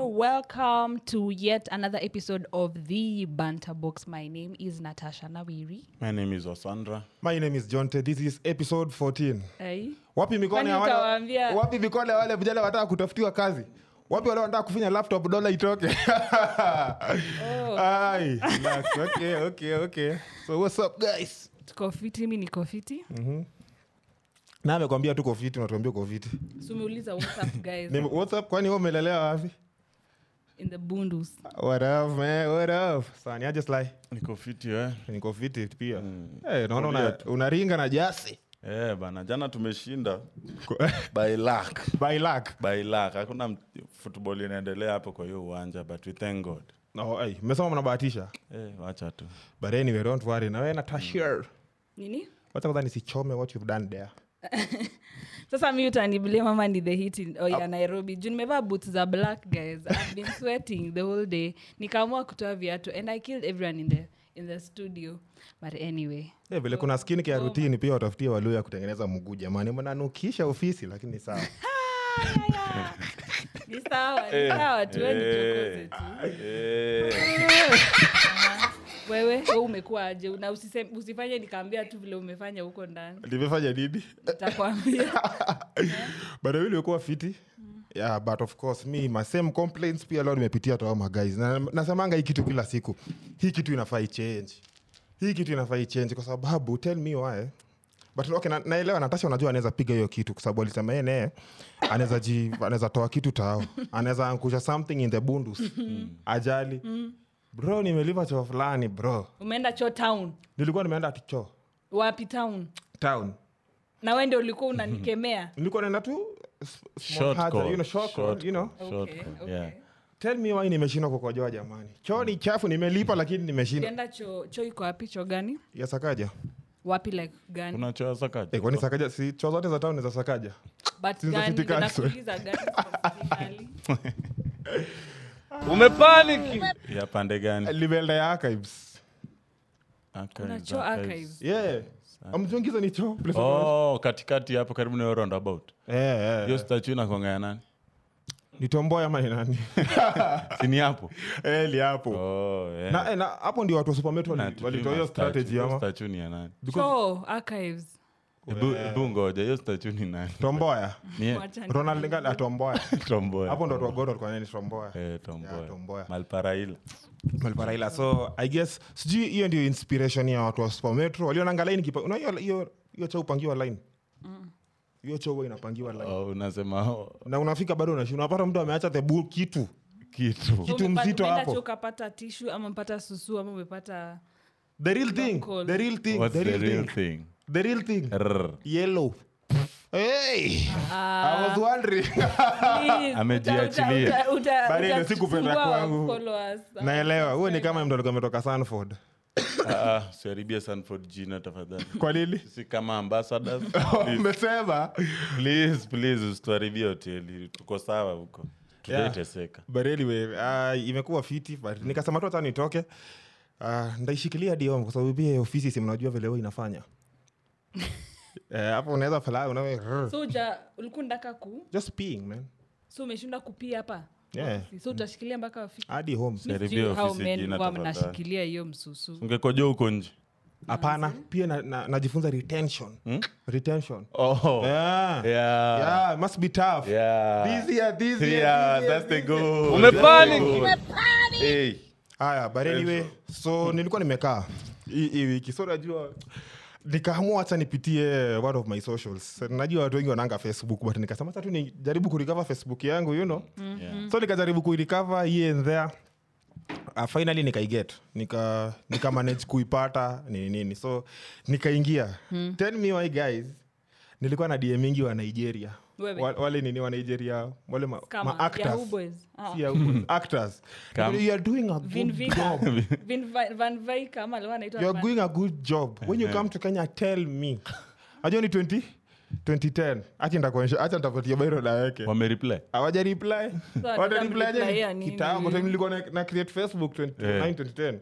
Welcome to yet another episode of the Banter Box. My name is Natasha Nawiri. My name is Osandra. My name is John Ted. This is episode 14. Hey. Wapi mikone ya wale- utawaambia? wapi mikone ya wale vijana wanataka kutafutiwa kazi? Wapi wale wanataka kufinya laptop dola itoke? Ai, relax. Okay, okay, okay. So what's up guys? Tuko fiti, mi niko fiti. Na amekwambia tuko fiti, unatuambia uko fiti. Sumeuliza what's up guys Ni what's up kwani wewe umelelewa wapi? in the bundus. What up, man? What up? Sani aje Sly? Niko fiti eh? Niko fiti pia. Eh, Kulia naona una, unaringa na jasi. Eh, bana jana tumeshinda by luck. By luck. By luck. Hakuna mt- football inaendelea hapo kwa hiyo uwanja but we thank God. No, ai, mmesema mnabahatisha. Eh, wacha tu. But anyway, don't worry. Na wewe Natasha. Nini? wacha kwanza nisichome what you've done there Sasa mi utaniblame mama ni the heat in, oh, ya Nairobi. Juu nimevaa boots za black guys. I've been sweating the whole day. Nikaamua kutoa viatu and I killed everyone in the in the studio. But anyway. Eh, vile kuna skin care routine pia watafutie walio ya kutengeneza mguu jamani mnanukisha ofisi lakini ni sawa Ah, Ni sawa, ni sawa tueni tuokoze Ah, tu. Eh, wewe we umekuwa aje na usise- usifanye nikaambia tu vile umefanya huko ndani limefanya nini takwambia but wewe ulikuwa fiti yeah, but of course me my same complaints pia leo nimepitia toa ma guys na, nasemanga hii kitu kila siku hii kitu inafaa ichange hii kitu inafaa ichange kwa sababu tell me why but okay na, naelewa Natasha unajua anaweza piga hiyo kitu kwa sababu alisema yeye naye anaweza ji anaweza toa kitu tao anaweza angusha something in the bundus ajali bro nimeliva choo fulani bro umeenda cho town nilikuwa nimeenda ticho wapi town town na wende ulikuwa unanikemea nilikuwa naenda tu s- small short haja, call. you know, short call, Short you know. call. Short Okay, call, okay. yeah. tell me why nimeshindwa kukojoa jamani choo ni chafu nimelipa lakini nimeshindwa ulienda cho cho iko wapi cho gani ya sakaja wapi like gani Kuna choo eh, sakaja. kwani sakaja si choo zote za town ni za sakaja but Sinza gani City Ndio Council. nakuuliza gani Sinza City Council. Ya pande gani? limeenda Eh, ya archives kuna Archives, cho archives. archives yeah amchungiza ni choo please. Oh, katikati hapo karibu na hiyo roundabout. Eh, eh, Hiyo statue inakuanga ya nani? ni tomboy ama ni nani Si ni hapo? eh li hapo Oh, eh. na eh, na hapo ndio watu wa supermet Na wali- tukiwa walitoa hiyo statue, strategy hiyo ama statue ni ya nani? cho archives Ebu ebu ngoja, hiyo statue ni nani? tomboya Ni ye- Wacha ni- ronald ngal atomboya Tomboy. hapo ndo watu wa god walikuwa nani tomboya Eh, Tomboya. Yeah, Tomboya. Malparaíla. malparaila so i guess sijui hiyo ndio inspiration ya watu wa supermetro walionanga line kipa una hiyo- hiyo hiyo cha upangiwa line Mm. hiyo cha huwa inapangiwa line Oh, unasema oh, na unafika bado unashinda unapata mtu ameacha the bull kitu kitu So Kitu umepa- mzito umeenda hapo. cho ukapata tishu ama umepata susu ama umepata the real thing call. the real thing What's the real thing thing? the real thing Rrr. yellow hey Ah. i was wondering Please, Amejiachilia. uta- uta- uta- Bali ile uta- sikupenda tutungua kwangu. followers. naelewa huo ni kama mtu alikuwa ametoka sanford Ah, ah, usiharibie sanford jina tafadhali kwa nini sisi kama ambassadors Oh. please, umesema please, please usituharibie hoteli tuko sawa huko tujaiteseka but anyway uh, imekuwa fiti but nikasema tu hata nitoke uh, ndaishikilia diom kwa sababu pia ofisi simnajua vile huwa inafanya Eh, hapo unaweza fala una So uja- ulikuwa unataka ku just peeing man so umeshinda kupia hapa Yeah. so utashikilia mpaka wafiki hadi home Mi Jaribio sijui how ofisi men jina huwa tafadhali. mnashikilia hiyo msusu ungekojo huko nje hapana pia na- na- najifunza retention retention Hmm? oh. yeah. Yeah. yeah. must be tough Yeah. This year, this Yeah, year, this that's year, the this year. goal. That's the goal. Hey. haya but anyway so nilikuwa nimekaa Hmm. hii hii wiki so najua nikaamua hata nipitie eh, one of my socials najua watu wengi wanaanga facebook but nikasema hata tu nijaribu kurecover facebook yangu you know Mm-hmm. Yeah. so nikajaribu kuirecover here and there Uh, finally nikaiget nika nika manage kuipata nini nini so nikaingia Hmm. tell me why guys nilikuwa na dm mingi wa nigeria Wewe. Wa- wale nini wa nigeria wale ma, Kama, ma actors Yahoo Boys. Ah. Si Yahoo, actors Come. you are doing a Vin good Vika- job Vin Va- Van Vika ama alikuwa anaitwa you're Van- doing a good job when you come to kenya tell me ajua ni 20 2010 acha ndakuonyesha acha nitapatia bairo na yake wamereply hawajareply hata mreply ya nini? Eh. Mm. kitambo time nilikuwa na, na create facebook 2009 2010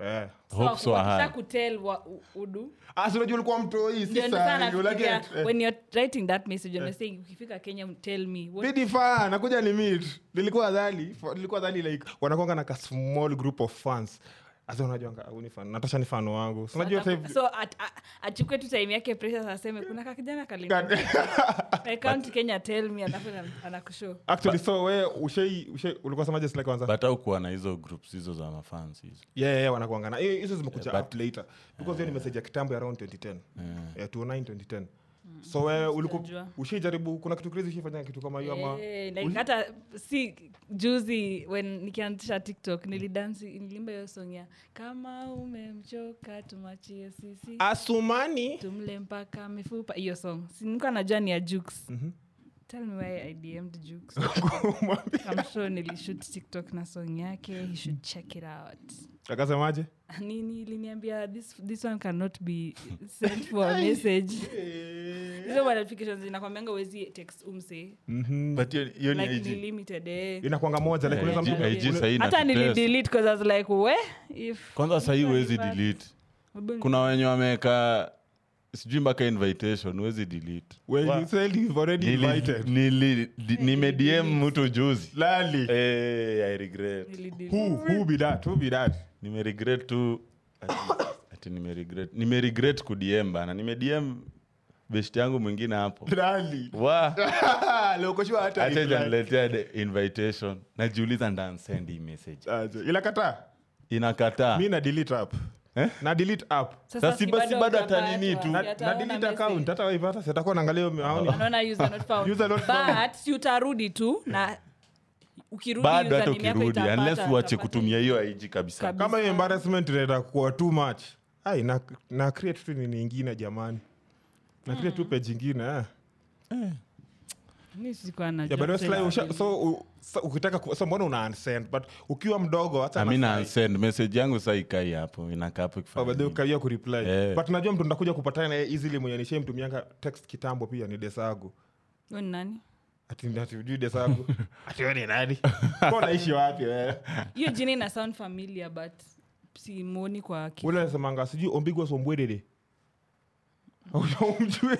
Eh. Hope so, aha. kutel wa u- udu Ah, si unajua ulikuwa mtoi si Ndio ndio sana sahi, you like nafikiria, it? Eh. when you're writing that message you're saying ukifika kenya tell me what Bidi fa, nakuja ni meet nilikuwa dhali fa- nilikuwa dhali like wanakwanga na ka small group of fans asa unajuanga "Ah, huyu ni fan natasha ni fan wangu Si unajua Ata- sasa hivi- so at- a- achukue tu time yake pressure aseme kuna kakijana God. kalinga I can't kenya tell me alafu ana- anakushow actually so we ushei ushei ulikuwa samaje sila kwanza but aukuwa na hizo groups hizo za mafans hizo yeah, yeah, yeah, wanakuangana Eh, hizo zimekuja Yeah, but- up later because hiyo ni message ya kitambo ya around 2010 Eh. yeah, 2009 2010 so we ulikuwa Sitajua. ushaijaribu kuna kitu crazy ushifanya kitu kama hiyo ama Eh, like hata si juzi when nikianzisha tiktok nilidansi nilimba hiyo song ya kama umemchoka tumachie sisi Ah. asumani tumle mpaka mifupa hiyo song sinika najua ni ya juks tell me why i dm'd juks i'm sure nilishoot tiktok na song yake he should check it out akasemaje nini iliniambia this, this one cannot be sent for a message hizo notifications inakwambianga uwezi text umse but hiyo- hiyo ni like IG. ni limited eh. inakwanga Mm-hmm. moja like Yeah, unaweza IG mtu- IG ule- sahii hata inatutesa. nilidelete 'cause I was like we if kwanza sahii huwezi Bad. delete Wabu- kuna wenye wameweka sijui mpaka invitation huwezi delete when Wa- you said you've already Nili- invited nili- di- nimedm mtu juzi lali Eh, I regret. nilidelete. who who be that who be that nimeregret tu ati- ati nimeregret nimeregret kudm bana nimedm beshti yangu mwingine hapo lali wa lokoshwa hata hata reply. janiletea the invitation najiuliza ndansendi hii message Aje, ila kataa inakataa mi na delete app Eh? na delete app Sasa si basi bado hata hujapata, nini tu. na, hata na hataona delete message. account hata waipata sitakuwa naangalia hiyo maoni Anaona user not found. User not found. But, si utarudi tu na ukirudi bado hata username yako ukirudi itapata, unless uache utapata. kutumia hiyo ig kabisa Kabisa. kama hiyo embarrassment inaenda kuwa too much ai na, na create tu nini ingine jamani na create tu page ingine eh. Mimi sikuwa najua yeah, but that's kusema like, usha, vile. so, u, so ukitaka ku- so mbona una unsend but ukiwa mdogo hata nami na- nasend message yangu saa ikai hapo inakaa hapo Oh, ikifanya but they nini. ukawia kureply Eh. but najua mtu ndakuja kupatana naye easily mwenye nishai mtumianga text kitambo pia ni desagu Huyo ni nani? ati ati ujui desagu ati wewe ni nani kwa naishi wapi wewe hiyo jina ina sound familiar but simoni kwa ki- ule anasemanga sijui ombigwa sombwedede umjue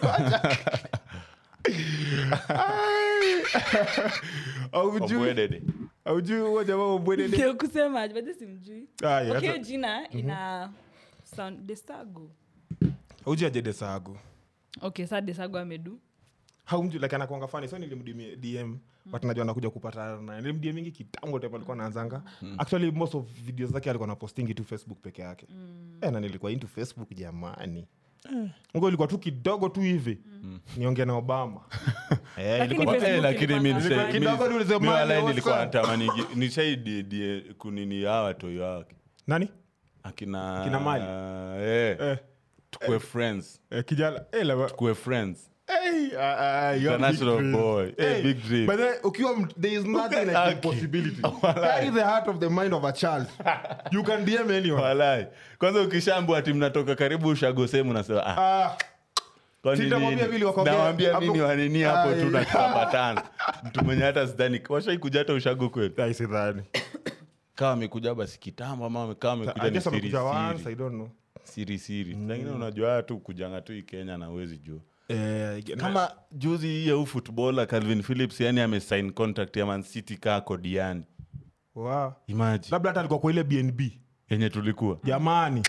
aujui Obwedede. aujui huo jamaa ombwedede Ndio kusema aje, but this simjui Ah, yeah, okay hiyo hata- jina Mhm. ina sound desago aujui aje desagu okay sa desago amedu haumjui like anakuanga fani so nilimdm dm but najua anakuja kupata na nilimdm mingi kitambo tepa alikuwa naanzanga actually most of videos zake alikuwa napostingi tu facebook peke yake eh, na nilikuwa into facebook jamani ngo ilikuwa tu kidogo tu hivi niongea na obama eh, Lakini ilikuwa- Facebook Eh, lakini mi ilikuwa- nise- mi- Kidogo tu ulize mi walai mali, nilikuwa what's up? natamani gi- nishaididie kunini hawa watoi wake nani akina Akina Mali? eh, eh, tukue friends eh, kijana eh, la- tukue friends Hey, ah, ah, you have big International dreams. Eh, boy. Hey, Hey, big dream. but then, ukiwa m- there is nothing like Aki. impossibility. Walai. That is the heart of the mind of a child. You can DM anyone. walai kwanza ukishambua ati mnatoka karibu ushago sehemu nasema ah, Ah, kwani Si nitamwambia nini? vile wakwambia, Nawambia hapo- nini wanini hapo Ai. tu natambatana mtu mwenye hata sidhani washaikuja hata ushago kweli I see that. kawa amekuja basi kitambo ama kawa I amekuja ni guess siri amekuja siri. once, I Mm. don't know. siri siri Pengine unajua tu kujanga tu ikenya na uwezi jua Eh, kama juzi hii yau futbola calvin phillips yani amesign contract ya mancity kaa kodiani wow. imaji labda hata alikuwa kwa ile bnb yenye tulikuwa jamani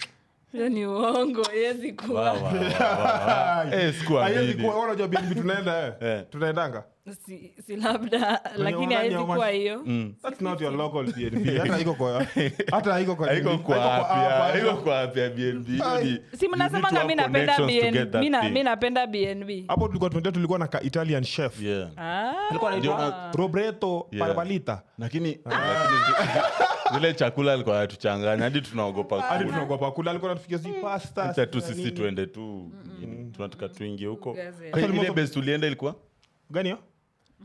hiyo ni uongo haiwezi kuwa Wa, wa, wa, wa, wa. Eh, Haiwezi sikuamini. kuwa, wewe unajua bnb tunaenda eh? Eh. tunaendanga si, si labda lakini hawezi wamanya- kuwa hiyo Mm. That's not your local BNB. Hata haiko kwa- hata haiko kwa- haiko haiko kwa- kwa afya, hapa, haiko kwa afya BNB. Ai. si Ni- you need to mnasemanga have mi napenda connections to get BNB. that Mi na- thing. mi napenda bnb hapo tulikuwa tunaenda tulikuwa na ka italian chef Yeah. Hmm. Ah, Ndio na- robreto Yeah. Barbalita. lakini Ah. lakini zi- zile chakula alikuwa atuchanganya hadi tunaogopa hadi kula. tunaogopa kula alikuwa natufikia si pasta Acha Ah. Mm. tu si sisi nini. tuende tu nini, tunataka tuingie huko Gazelle. Kwa hiyo ile base tulienda ilikuwa gani hiyo?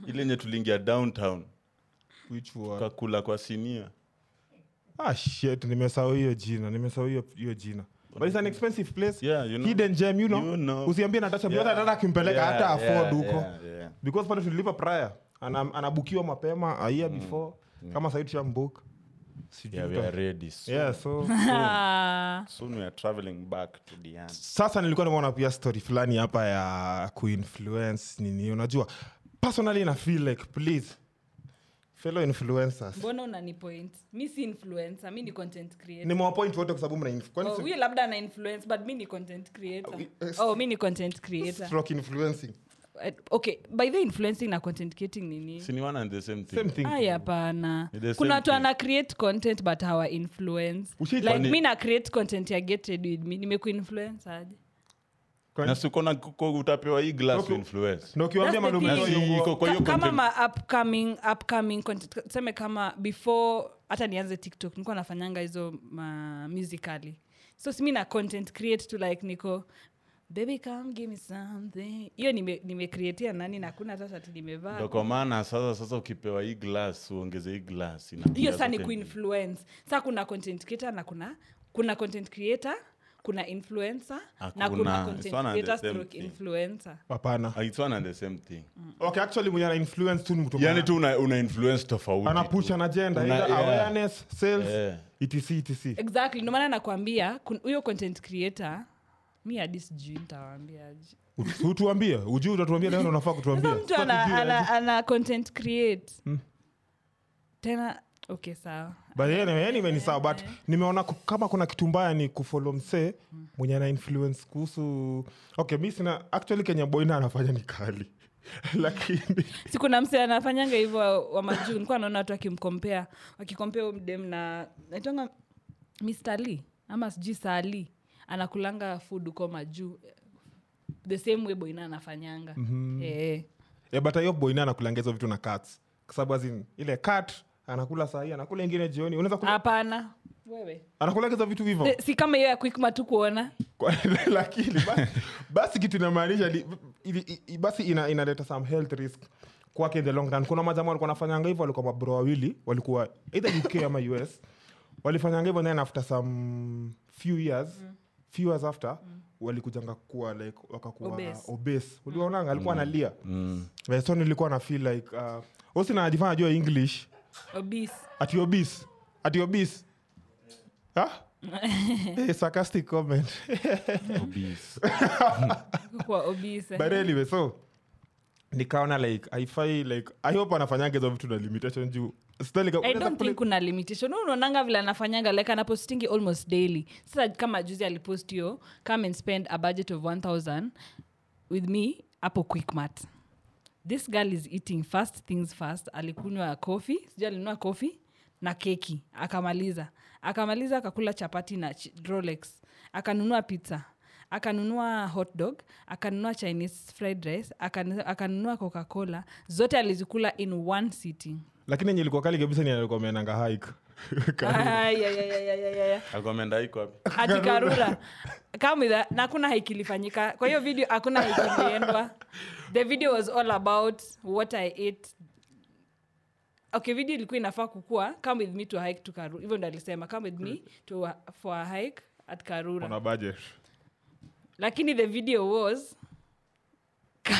ile yenye tuliingia downtown Which one? kakula kwa sinia ah shit nimesahau hiyo jina nimesahau hiyo hiyo jina but it's an expensive place Yeah, you know. hidden gem you know, You know. usiambie natasha yeah. hata hata akimpeleka Yeah, hata afford yeah, huko yeah, Mm. yeah. because pale tulilipa prior ana anabukiwa mapema a year before kama sahii tushambook Sijui Mm. yeah, we uta- are ready soon. Yeah, so Ah. soon we are traveling back to the end sasa nilikuwa nimeona pia story fulani hapa ya kuinfluence nini unajua personally na feel like please fellow influencers mbona unanipoint mi si influencer mi ni content creator nimewapoint wote kwa sababu mna inf- kwani Oh, si- huyu labda ana influence but mi ni content Ah, creator oh mi ni content creator stroke influencing Eh, okay by the influencing na content creating nini sini one and the same thing same thing Ay, hapana Ni kuna the same watu thing. ana create content but hawa influence Ushaitu- like Kwani- mi na create content ya get ready with me nimekuinfluence aje Kwani- na sikona kuko utapewa hii glass Okay. influence na ukiwaambia That's the malumi thing. na si iko kwa hiyo Ka- kama content- ma upcoming upcoming content tuseme kama before hata nianze tiktok nilikuwa nafanyanga hizo ma musically so simi na content create tu like niko baby come give me something hiyo nime- nimecreatia nani na kuna hata shati nimevaa Ndo kwa maana sasa sasa ukipewa hii glass uongeze hii glass ina- hiyo saa ni zote mbili. kuinfluence saa kuna content creator na kuna kuna content creator kuna influencer na kuna Hakuna. content It's one and the creator same stroke thing. influencer hapana Ah, it's one and the same thing okay actually mwenye ana influence tu ni mtu yani mwenye- Yaani tu una, una influence tofauti ana tu. push an agenda Una- either yeah. awareness sales Yeah. etc etc exactly ndio maana nakwambia kun- huyo content creator mi hadi sijui ntawaambiaji Ut- utuambie ujui utatuambia leo unafaa kutuambia eh. sasa mtu Sasa ana, tujue aje. ana, ana content create tena okay sawa But anyway, anyway, ni sawa but nimeona ku- kama kuna kitu mbaya ni kufolo msee mwenye ana influence kuhusu okay mi sina actually kenya boina anafanya ni kali lakini sikuna mse anafanyanga hivyo wa- wa majuu nikuwa naona watu akimkompea wakikompea huyu mdem na naitonga mstali ama sijui sali anakulanga food uko majuu the same way boina anafanyanga mm-hmm. yeah, but hiyo boina anakulanga hizo vitu na cats kwa sababu azin ile cat anakula sahii anakula ingine jioni unaweza kula- hapana wewe anakula hizo vitu hivyo The- si kama hiyo ya kuikma tu kuona Kwa- lakini basi, basi kitu inamaanisha ni- ili- i- basi ina- inaleta some health risk kwake in the long run kuna majamaa walikuwa nafanyanga hivyo walikuwa mabro wawili walikuwa either uk ama us walifanyanga hivyo then after some few years few years after walikujanga kuwa like wakakuwa Obese. obese uliwaonanga alikuwa analia Eh, so nilikuwa na feel like uh, osina ajifanya ajua english obese at your bis at your bis huh? hey, Ah? Eh, sarcastic comment Obese. kwa obese but anyway so nikaona like haifai like i hope anafanyanga hizo vitu na limitation juu Sidhani ka- i unaweza don't think kule- kuna limitation Wewe unaonanga vile anafanyanga like anapostingi almost daily sasa kama juzi alipost hiyo come and spend a budget of 1000 with me hapo quickmat this girl is eating fast things fast alikunywa coffee sijui alinunua coffee na keki akamaliza akamaliza akakula chapati na chi- rolex akanunua pizza akanunua hot dog akanunua chinese fried rice akanu- akanunua coca cola zote alizikula in one sitting lakini yenye ilikuwa kali kabisa ni alikuwa amenanga hike Ay, ay, ay, ay, ay, ay, ay. Alikuwa ameenda hiko wapi? Ati karura kamidha na hakuna hike ilifanyika kwa hiyo video hakuna hike iliendwa the video was all about what i ate okay video ilikuwa inafaa kukua come with me to a hike to karura hivyo ndo alisema come with me to a, for a hike at karura kuna budget lakini the video was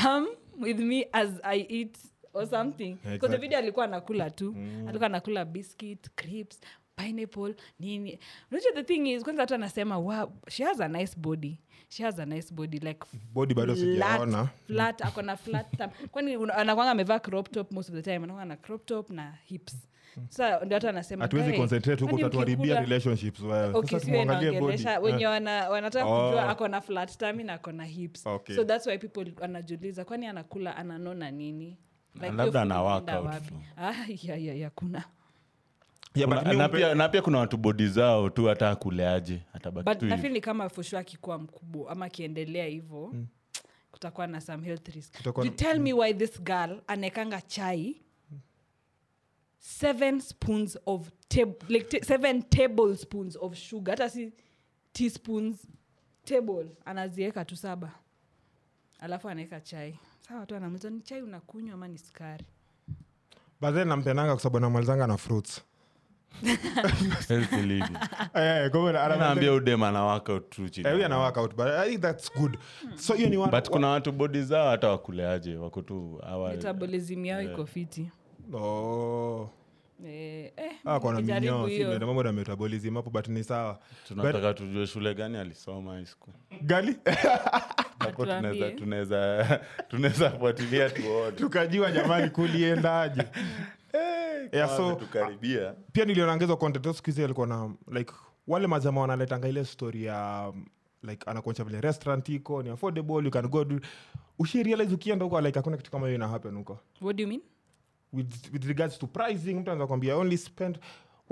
come with me as i eat or something exactly. the Exactly. video alikuwa anakula tu mm. alikuwa anakula biscuit crips pineapple nini unajua the thing is kwanza watu anasema wow, she has a nice body she has a nice body like body bado sijaona flat, flat ako na flat thumb. kwani una- anakuanga amevaa crop top most of the time anakuanga na crop top na hips sa ndio watu anasema Mm. hatuwezi "Guy, concentrate huko Eh. kwani tatuharibia mkikula- relationships wewe Okay, sasa siwe tumwangalie body Eh. naongelesha wenye wana- wanataka Oh. kujua ako na flat tummy na ako na hips Okay. so that's why people wanajiuliza kwani anakula ananona nini Like, labda hiyo ana food workout inaenda wapi? tu. Ah, ya, ya, ya, kuna Yeah, but Kuna- ni na upe- pia- na pia kuna watu bodi zao tu hata akuleaje atabaki but tu hivi. nafili kama foshua akikuwa mkubwa ama akiendelea hivo kutakuwa na some health risk Mm. Kutakuwa you na- Mm. tell me why this girl anaekanga chai seven spoons of tab- like t- seven tablespoons of sugar hata si teaspoons table anazieka tu saba alafu anaweka chai saa watu anamuza ni chai unakunywa ama ni sukari but then nampenanga kwa sababu anamalizanga na fruits Healthy living. Ah. Eh, eh, kwa hivyo ana- Naambia huyu dem ana workout tu chini. Eh, huyu ana workout, but I think that's good so hiyo ni one- but kuna watu bodi zao hata wakuleaje wako tu hawa- metabolism yao iko fiti Oh. Eh, eh, Ah, kwa na nikijaribu minyoo, si hiyo. ndio, mambo na metabolism hapo but ni sawa tunataka tujue shule gani alisoma high school gali Hapo tunaweza- Atuambie. tunaweza tunaweza fuatilia tuone tukajua jamani kuliendaje Yeah, Kama so- tukaribia pia nilionaongezwa content siku hizi alikuwa na like wale majamaa wanaletanga ile story ya um, like anakuonyesha vile restaurant iko ni affordable you can go do ushirealize ukienda huko like hakuna kitu kama hiyo ina happen huko What do you mean? with, with regards to pricing mtu anaweza kwambia only spend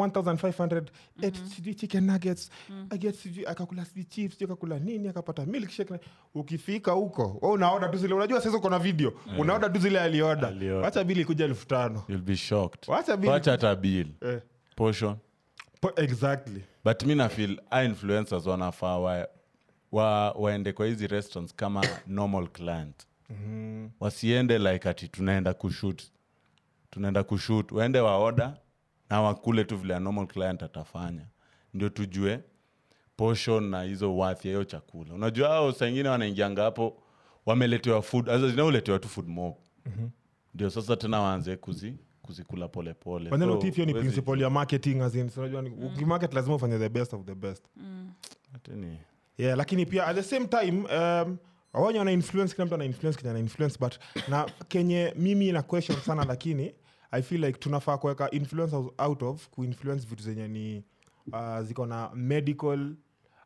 1500 et sijui chicken nuggets I get sijui akakula sijui chips sijui akakula nini akapata milkshake na- ukifika huko we unaoda tu zile unajua sasa uko na video unaoda tu zile alioda Alioorder. wacha bili ikuja elfu tano you'll be shocked Wacha bill- wacha hata bill eh, portion po- exactly but mi nafil a influencers wanafaa wa, wa, waende kwa hizi restaurants kama normal client mm-hmm. wasiende like ati tunaenda kushut tunaenda kushut waende waoda na wakule tu vile a normal client atafanya ndio tujue portion na hizo worth ya hiyo chakula unajua hao saingine wanaingianga hapo wameletewa food sasa zinauletewa tu food mob Mm-hmm. ndio sasa tena waanze kuzi kuzikula polepole But then utifu hiyo ni huwezi- principle ya marketing as in, so unajua ni- ukimarket lazima ufanye the best of the best ati ni- yeah, lakini pia at the same time um, awanye wana influence kila mtu ana influence kile ana influence but na kenye mimi na question sana lakini i feel like tunafaa kuweka influence out of kuinfluence vitu zenye ni uh, ziko na medical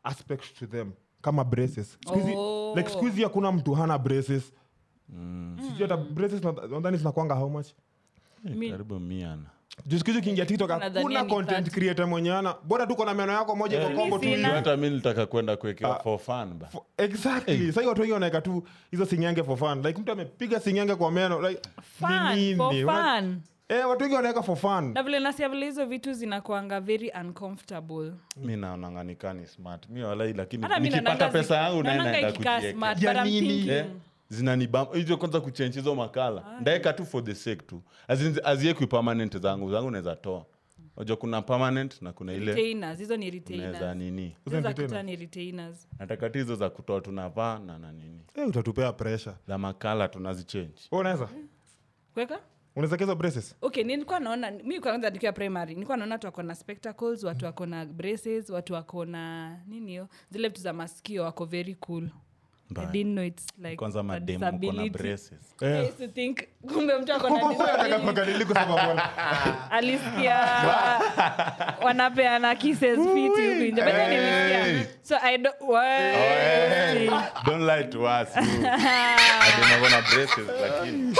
aspect to them kama braces Siku hizi- Oh. like siku hizi hakuna mtu hana braces mm. sijui hata braces na- nadhani zinakwanga how much Mi- eh, karibu mia na juu siku hizi ukiingia tiktok Nadhania hakuna ni content thirty. creator mwenye ana bora tuko na meno yako moja kwa kombo tu hiyo. hata mi nitaka kwenda kuwekewa for fun ba exactly sahii watu wengi wanaeka tu hizo sinyange for fun like mtu amepiga sinyange kwa meno like, ni Fun, for nini? Una- fun. eh, watu wengi wanaeka for fun na vile nasia vile hizo vitu zinakuanga very uncomfortable mi naonanganikani smart mi walai lakini Hata mi nikipata naonanga zi- pesa yangu naonanga naenda Eh, ikikaa smart, but I'm thinking- zinanibam hizo kwanza kuchenji hizo Ah. makala ndaeka tu for the sake tu Azi- aziekwi permanent zangu zangu naweza toa najua kuna permanent na kuna ile retainers hizo ni retainers. naweza nini Hizo za Retainers. kutoa ni retainers nataka tu hizo za kutoa tunavaa na na nini eh, utatupea pressure za makala tunazichenji Wewe unaweza Mm. kweka unaweza keza braces okay ni- nilikuwa naona mi kwanza nikiwa primary nilikuwa naona watu wako na spectacles watu wako na braces watu wako na nini hiyo zile vitu za masikio wako very cool I didn't know it's like kwanza a mademu uko na disability. braces Eh. I used to think kumbe mtu ako na disability. alisikia wanapeana kisses fiti huku nje. By the way, nilisikia. So I don't- Wee. don't lie to us you. Mademu ako na braces lakini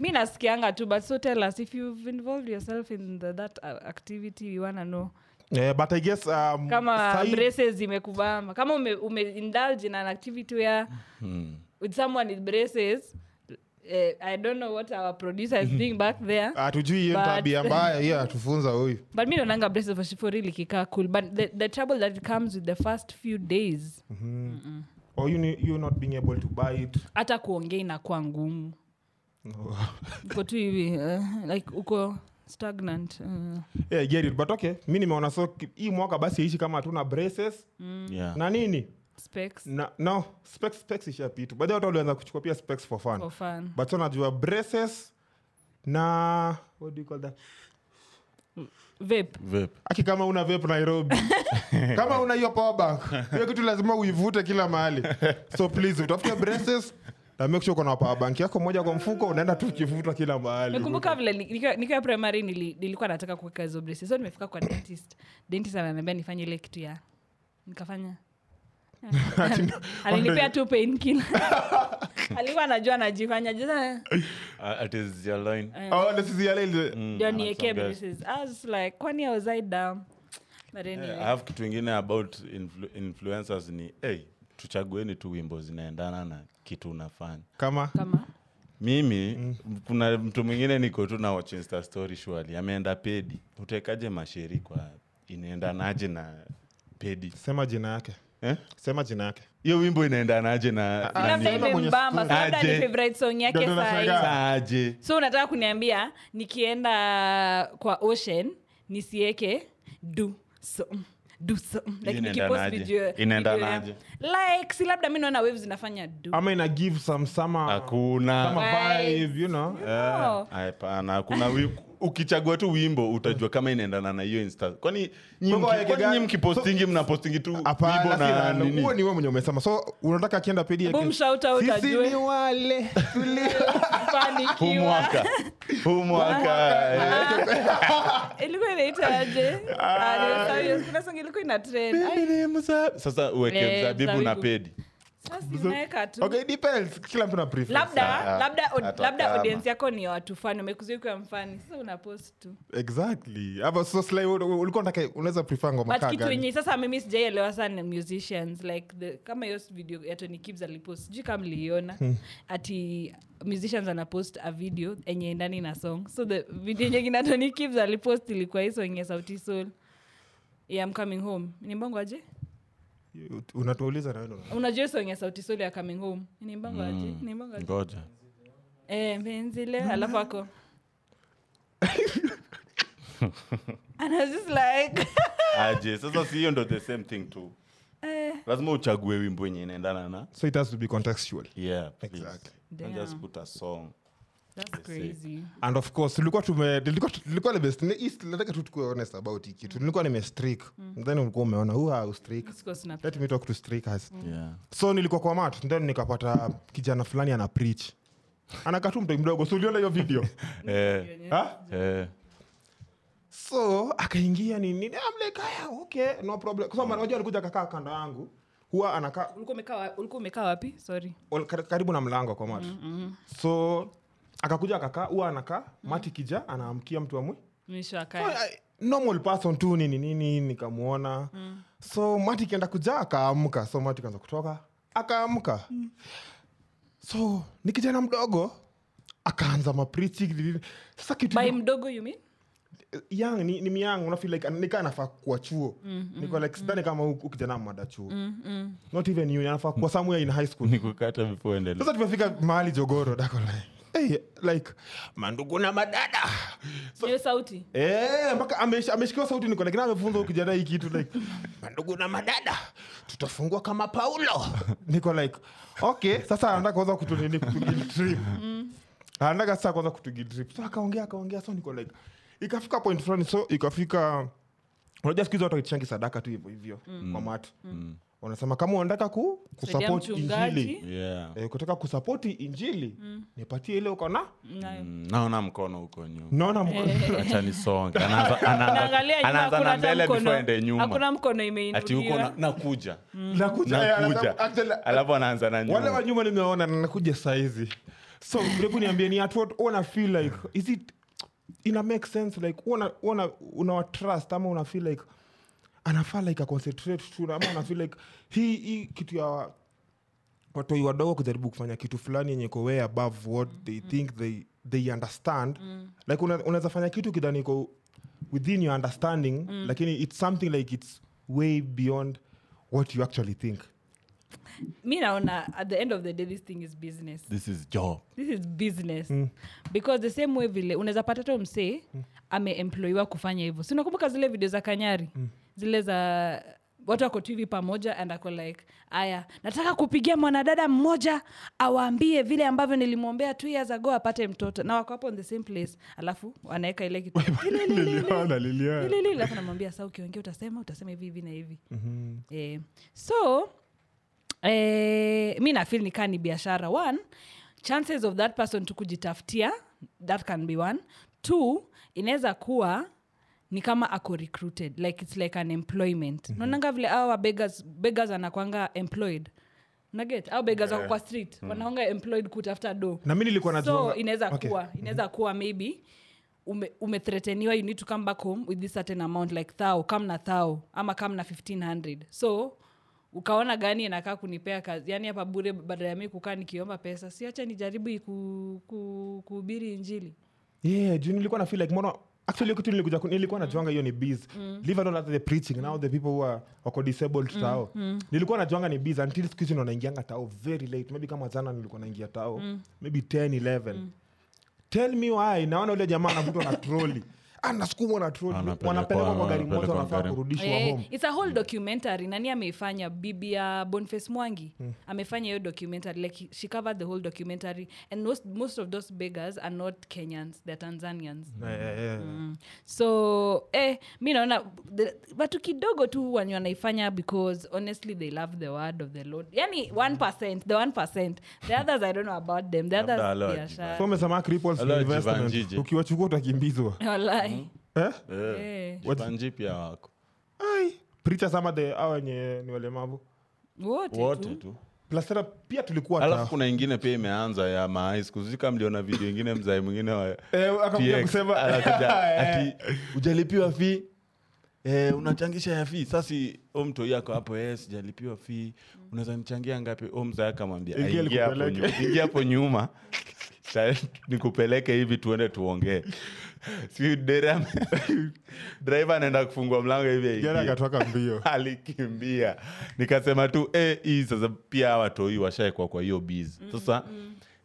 mi nasikianga tu but so tell us if you've involved yourself in the, that uh, activity we wanna know Eh, but i guess um, kama sahi- braces zimekubamba kama ume, ume indulge in an activity where with someone with braces eh, i don't know what our producer is doing back there hatujui hiyo But- tabia mbaya hiyo atufunza huyu but mi naonanga braces for, for really kikaa cool but the, the trouble that comes with the first few days or you, ni- you not being able to buy it hata kuongea inakuwa ngumu no. uko tu hivi eh, like uko stagnant eh. yeah, get it but okay mi nimeona so ki- hii mwaka basi ishi kama hatuna braces yeah. na nini specs na, no specs specs ishapitwa baada watu walianza kuchukua pia specs for fun for fun but so najua braces na what do you call that vape Vape. aki kama una vape nairobi kama una hiyo power bank hiyo kitu lazima uivute kila mahali so please utafute braces na make sure uko na power bank yako moja kwa mfuko unaenda tu ukivuta kila mahali nakumbuka vile ni- nikiwa- nikiwa primary nili- nilikuwa nataka kuweka hizo braces so nimefika kwa dentist dentist ananiambia nifanye ile kitu ya nikafanya alinipea tu painkiller alikuwa anajua anajifanya jua Uh, it is your line. Mm. Oh, this is the LL. ndio niekee some guys. braces I was like kwani auzaidamu but Eh, anyway alafu kitu ingine about influ influencers ni hey, tuchagueni tu wimbo zinaendana na kitu unafanya kama kama mimi mm. kuna mtu mwingine niko tu na watch Insta story shwali ameenda pedi utawekaje masheri kwa inaendanaje na pedi sema jina yake Eh? sema jina yake hiyo wimbo inaendanaje na na labda nini? nimeona Yaani, mwenye imembamba so labda ni Aje. favorite song yake Ndio tunashangaa. sahii aje so unataka kuniambia nikienda kwa ocean nisieke du so mm, do so mm. Like, nikipost Inaendanaje? video- Inaendanaje? video ya- like si labda mi naona waves zinafanya du ama ina Ah, give some summer, hakuna summer vibe you know No. Eh, hapana hakuna wi- ukichagua tu wimbo utajua kama inaendana na hiyo insta kwani nyi Mambo mki- ya kwani kega- nyi mkipostingi mnapostingi tu wimbo na Hapana, nini huo ni wewe mwenye umesema so unataka akienda pedi Boom, shout out, ajue. ni wale huu kufanikiwa mwaka huu mwaka eh. Ah, ilikuwa inaitaje Ah, serious. kuna song ilikuwa ina trend. Ai, Mimi ni mzabibu. sasa uweke Eh, mzabibu na mzabibu. pedi sasa unaweka tu okay depends kila mtu na preference Sawa. labda labda od- Hata labda kama. audience yako ni ya watu fani umekuzuia kuwa mfani sasa unapost tu exactly hapa so sly wewe ulikuwa unataka unaweza prefer ngoma but kaa kitu gani yenye sasa mimi sijaielewa sana ni musicians like the, kama hiyo video ya Tony Kibz alipost sijui kama mliiona ati musicians anapost a video enye endani na song so the video yenye kina Tony Kibz alipost ilikuwa hii song ya Sauti Sol ya I'm coming home ni mbongo aje unatuuliza na wewe ndo unajua hiyo song ya Sauti Sol ya coming home ni mbongo Hmm. aje ni mbongo aje Mm. ngoja eh mpenzi leo alafu ako and I was just like aje sasa si hiyo ndo the same thing tu eh, lazima uchague wimbo wenye inaendana na so it has to be contextual yeah please. Exactly. Don't just Damn. put a song that's crazy and of course tulikuwa tume tulikuwa tulikuwa nimest- ni- is- nataka tu tukuwe honest about hii kitu nilikuwa nimestreak Mm. then ulikuwa umeona who are streak Of course na- let me talk to streakers Mm. yeah so nilikuwa kwa mat then nikapata kijana fulani ana preach anakatu mtoi mdogo so uliona hiyo video eh ha? eh so akaingia ni nini Eh, I'm like, "Aya, okay no problem kwa sababu unajua alikuja akakaa kando yangu huwa anakaa Ulikuwa umekaa wa- ulikuwa umekaa wapi sorry ol- kar- karibu na mlango kwa mat so akakuja akakaa huwa anakaa mati kija anaamkia mtu amwe mwisho wa So, kaya I- normal person tu nini nini nikamwona so mati kienda kujaa akaamka so mati kaanza kutoka akaamka so ni kijana mdogo akaanza maprichi lilili. sasa kitu by mdogo you mean young ni, ni miang unafeel like nikaa nafaa kuwa chuo niko like sidhani kama huku kijana mada chuo not even you anafaa kuwa somewhere in high school nikukata before endelea sasa tumefika mahali jogoro dako like, hey, like mandugu na madada so, hiyo sauti Eh, mpaka amesh- ameshikiwa sauti niko lakini amefunza huyu kijana hii kitu like mandugu na madada tutafungua kama paulo niko like okay sasa anataka kwanza kutunini kutugiltrip anataka sasa kwanza kutugiltrip so akaongea akaongea so niko like ikafika point fulani so ikafika unajua siku hizi watu wakichangi sadaka tu hivyo hivyo kwa matu wanasema kama unataka ku Saidia kusupport mchungaji. injili yeah eh, kutaka kusapoti injili nipatie ile uko na Nayo. Mm, naona mkono huko nyuma naona mko- acha nisonge Anaanza- anaanza Naangalia nyuma, anaanza hakuna na hata mbele mkono- before ende nyuma hakuna Mm. mkono ati huko na- imeinuliwa nakuja Nakuja, eh, nakuja actually, alafu anaanza na wale nyuma wa nyuma nimewaona na nakuja saizi so hebu niambie ni at what una feel like is it ina make sense like una una una trust ama una feel like anafaa like a concentrate tu ama una feel like hii hii kitu ya watoi wadogo kujaribu kufanya kitu fulani yenye iko way above what they think they they understand like una- unaweza fanya kitu kidhani iko within your understanding lakini it's something like it's way beyond what you actually think mi naona at the end of the day this thing is business this is job this is business because the same way vile unaweza pata to msee ameemployiwa kufanya hivyo si unakumbuka zile video za kanyari zile za watu wako tu hivi pamoja and ako like aya nataka kupigia mwanadada mmoja awaambie vile ambavyo nilimwombea two years ago apate mtoto na wako hapo on the same place alafu wanaweka ile kitu ile, ile, ile, ile. Liliana, Liliana. Ile, ile, ile. alafu namwambia saa ukiongea utasema utasema hivi hivi na hivi eh, so eh, mi nafil nikaa ni biashara one chances of that person tu kujitafutia that can be one two inaweza kuwa ni kama ako recruited like its like an employment mm-hmm. naonanga vile awa beggars, beggars anakwanga employed naget au beggars wako kwa street wanaonga employed kutafuta do na mi nilikuwa so najuanga- inaweza Okay. Mhm. kuwa inaweza kuwa maybe ume- umethreateniwa you need to come back home with this certain amount like thao kam na thao ama kam na 1500 so ukaona gani inakaa kunipea kazi yani hapa bure badala ya mi kukaa nikiomba pesa siacha nijaribu hii ku- ku- kuhubiri injili yeah juu nilikuwa na feel like mbona actually hiyo kitu nilikuja ku- nilikuwa najuanga hiyo ni biz leave alone hata the preaching now the people who are wako disabled tao nilikuwa najuanga ni biz until siku hizi ndo naingianga tao very late maybe kama jana nilikuwa naingia tao maybe 10 11 tell me why naona ule jamaa anavutwa na troli anasukumwa na troli, Anapelekwa- wanapelekwa kwa gari moja wanapelekwa wanafaa gari- kurudishwa Eh, home Mm. it's a whole documentary nani ameifanya bibi ya bonface mwangi Mm. amefanya hiyo documentary like she covered the whole documentary and most, most of those beggars are not kenyans they're tanzanians Eh, eh, eh. Mm. so eh, mi naona the- watu kidogo tu wenye wanaifanya because honestly they love the word of the lord yani Mm. 1 the 1 the others i don't know about them the Labda others wale wa biashara So umesema cripples ni Hello, investment. Jivanjiji. ukiwachukua utakimbizwa Walai. Mm-hmm. eh? Eh. jibanji pia wako Ai, preachers ama the hao wenye ni walemavu wote wote tu. tu plastera pia tulikuwa alafu ta- kuna ingine pia imeanza ya maiskuika mliona video ingine mzae mwingine wa Eh, akakuja TX, kusema- anakuja Eh. Ah, ati hujalipiwa fi eh, unachangisha ya fi sasi omtoi yako hapo eh, sijalipiwa fi unaweza nichangia ngapi omza akamwambia "Ah, Ingia ingia hapo nikupeleke." nyu- ingia hapo nyuma Sa- nikupeleke hivi tuende tuongee si dereva driver anaenda kufungua mlango hivi Jana aingie akatoka mbio alikimbia nikasema tu eh, hii sasa pia hawa watoi washaekwa kwa hiyo bizi Mm, sasa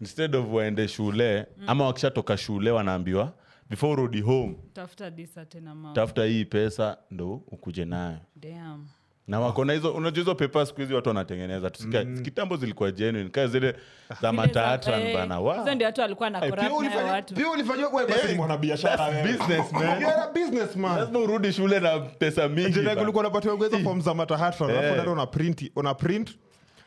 instead of waende shule ama wakishatoka shule wanaambiwa before urudi home tafuta this certain amount. tafuta hii pesa ndo ukuje nayo Damn. na wako na hizo unajua hizo pepa siku hizi watu wanatengeneza tusika kitambo zilikuwa genuine kaa zile za Ile za- mataatan eh, bana wa hizo ndio watu walikuwa na Eh, corrupt nayo watu businessman. lazima urudi shule na pesa mingi bana. ulikuwa unapatiwa hizo form za matahatron alafu ndani una print una print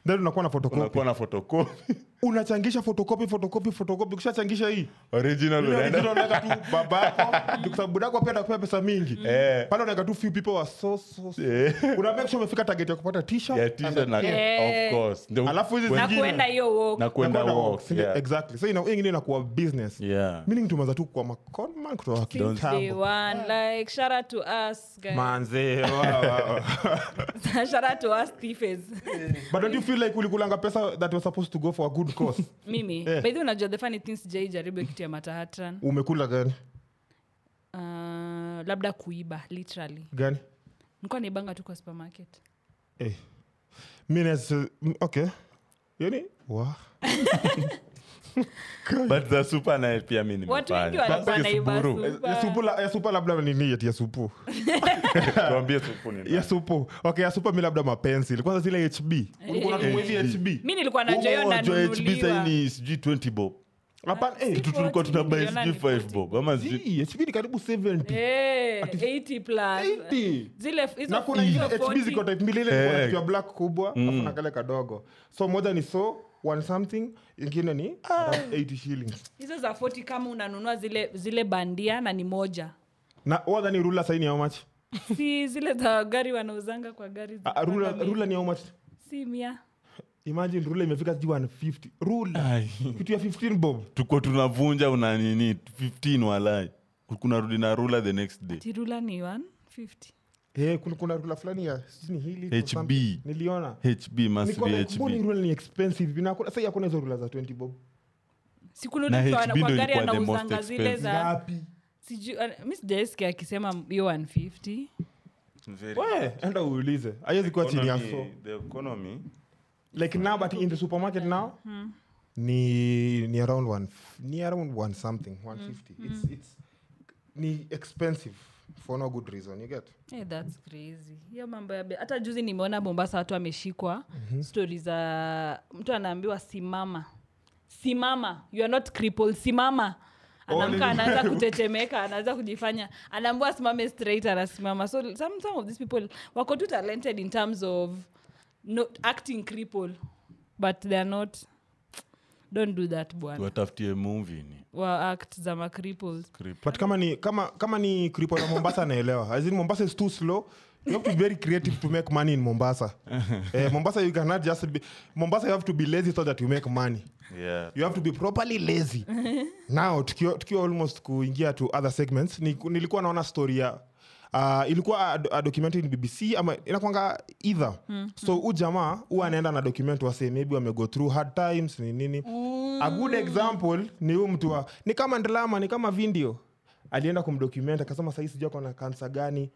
then unakuwa na photocopy Eh. unakuwa na photocopy unachangisha photocopy photocopy photocopy ukishachangisha hii original ile unaenda original unaweka tu babako ndio kwa sababu dadako pia atakupea pesa mingi Eh. pale unaweka tu few people wa so so so. Eh. una make sure umefika target ya kupata t-shirt ya tisha na Eh. of course Ndio- Alafu hizi na zingine- kuenda hiyo walk. na kwenda Unakwenda walk walks, ndio, yeah. exactly so ina- hiyo ingine inakuwa business Yeah. meaning tumeanza tu kwa maconman kutoka Since day kitambo one, like, shout out to us, guys. manze wow, wow, wow. Shout out to us thieves. but don't you feel like ulikulanga pesa that was supposed to go for a good cause mimi Eh. by the way, unajua the funny thing sijawahi jaribu hiyo kitu ya matahatran umekula gani uh, labda kuiba literally gani nikuwa naibanga tu kwa supermarket eh. mi naeza- mm, okay Yaani? yani wa but the super naye pia mi nimefanya. watu wengi walikuwa Tuambie naiba Suburu. supa. ya supu la- ya supa labda nini yet ya supu eh, Tuambie Suburu ni nani. ya supu okay ya supu mi labda mapensi ilikuwa zile hb Eh, ulikuwa Eh, natumwa hivi hb mi nilikuwa najua hiyo Oh, unajua HB nanunuliwa saini sijui 20 bob hapana eh, kitu tulikuwa 40, tunabai niliona sijui ni 40. 5 bob ama sijui zii, hb ni karibu 70 Eh, 80 plus 80. zile hizo na kuna hizo hb ziko type mbili ile Eh. kuna kitu ya black kubwa afu na kale kadogo so moja ni so one something ingine ni around 80 shillings hizo za 40 kama unanunua zile zile bandia na ni moja na wadha ni rula saini how much si zile za gari wanauzanga kwa gari Ah, ah, rula, zinakuanga rula ni how much mi- si mia imagine rula imefika sijui 150 rula kitu ya 15 bob tuko tunavunja una nini 15 walai kunarudi na rula the next day tirula ni 150 eh kuna, kuna rula fulani ya sijui ni hili or HB. something. niliona hb must Niko be like, mbona hii hb rula ni expensive na kuna sasa hakuna hizo rula za 20 bob Na sikununua HB kwa ndo gari ilikuwa the most anauzanga zile expensive. za ngapi sijui ah, mi sijaisikia akisema hiyo 150 we enda uulize haiwezi kuwa chini ya so the economy like now but in the supermarket now ni ni around one f- ni around one something 150 it's it's ni expensive for no good reason you get Eh, that's crazy hiyo mambo ya be- hata juzi nimeona mombasa watu wameshikwa Mhm. stori za mtu anaambiwa simama simama you are not crippled simama anamka anaanza kutetemeka anaanza kujifanya anaambiwa asimame straight anasimama so some, some of these people wako tu talented in terms of no, acting cripple but they are not don't do that bwana tuwatafutie movie ni wa act za macripples but kama ni kama kama ni kripo na mombasa naelewa as in mombasa is too slow you have to be very creative to make money in mombasa eh, mombasa you cannot just be, mombasa you have to be lazy so that you make money yeah you have to be properly lazy now tukiwa tukiwa almost kuingia to other segments ni, nilikuwa naona story ya Uh, ilikuwa a, a documentary ni bbc ama inakwanga either mm, so u jamaa huwa anaenda na document wase maybe wamego through hard times ni nini mm. a good example ni huu mtu wa ni kama ndalama ni kama vindio alienda kumdocument akasema sahii sijui ako na kansa gani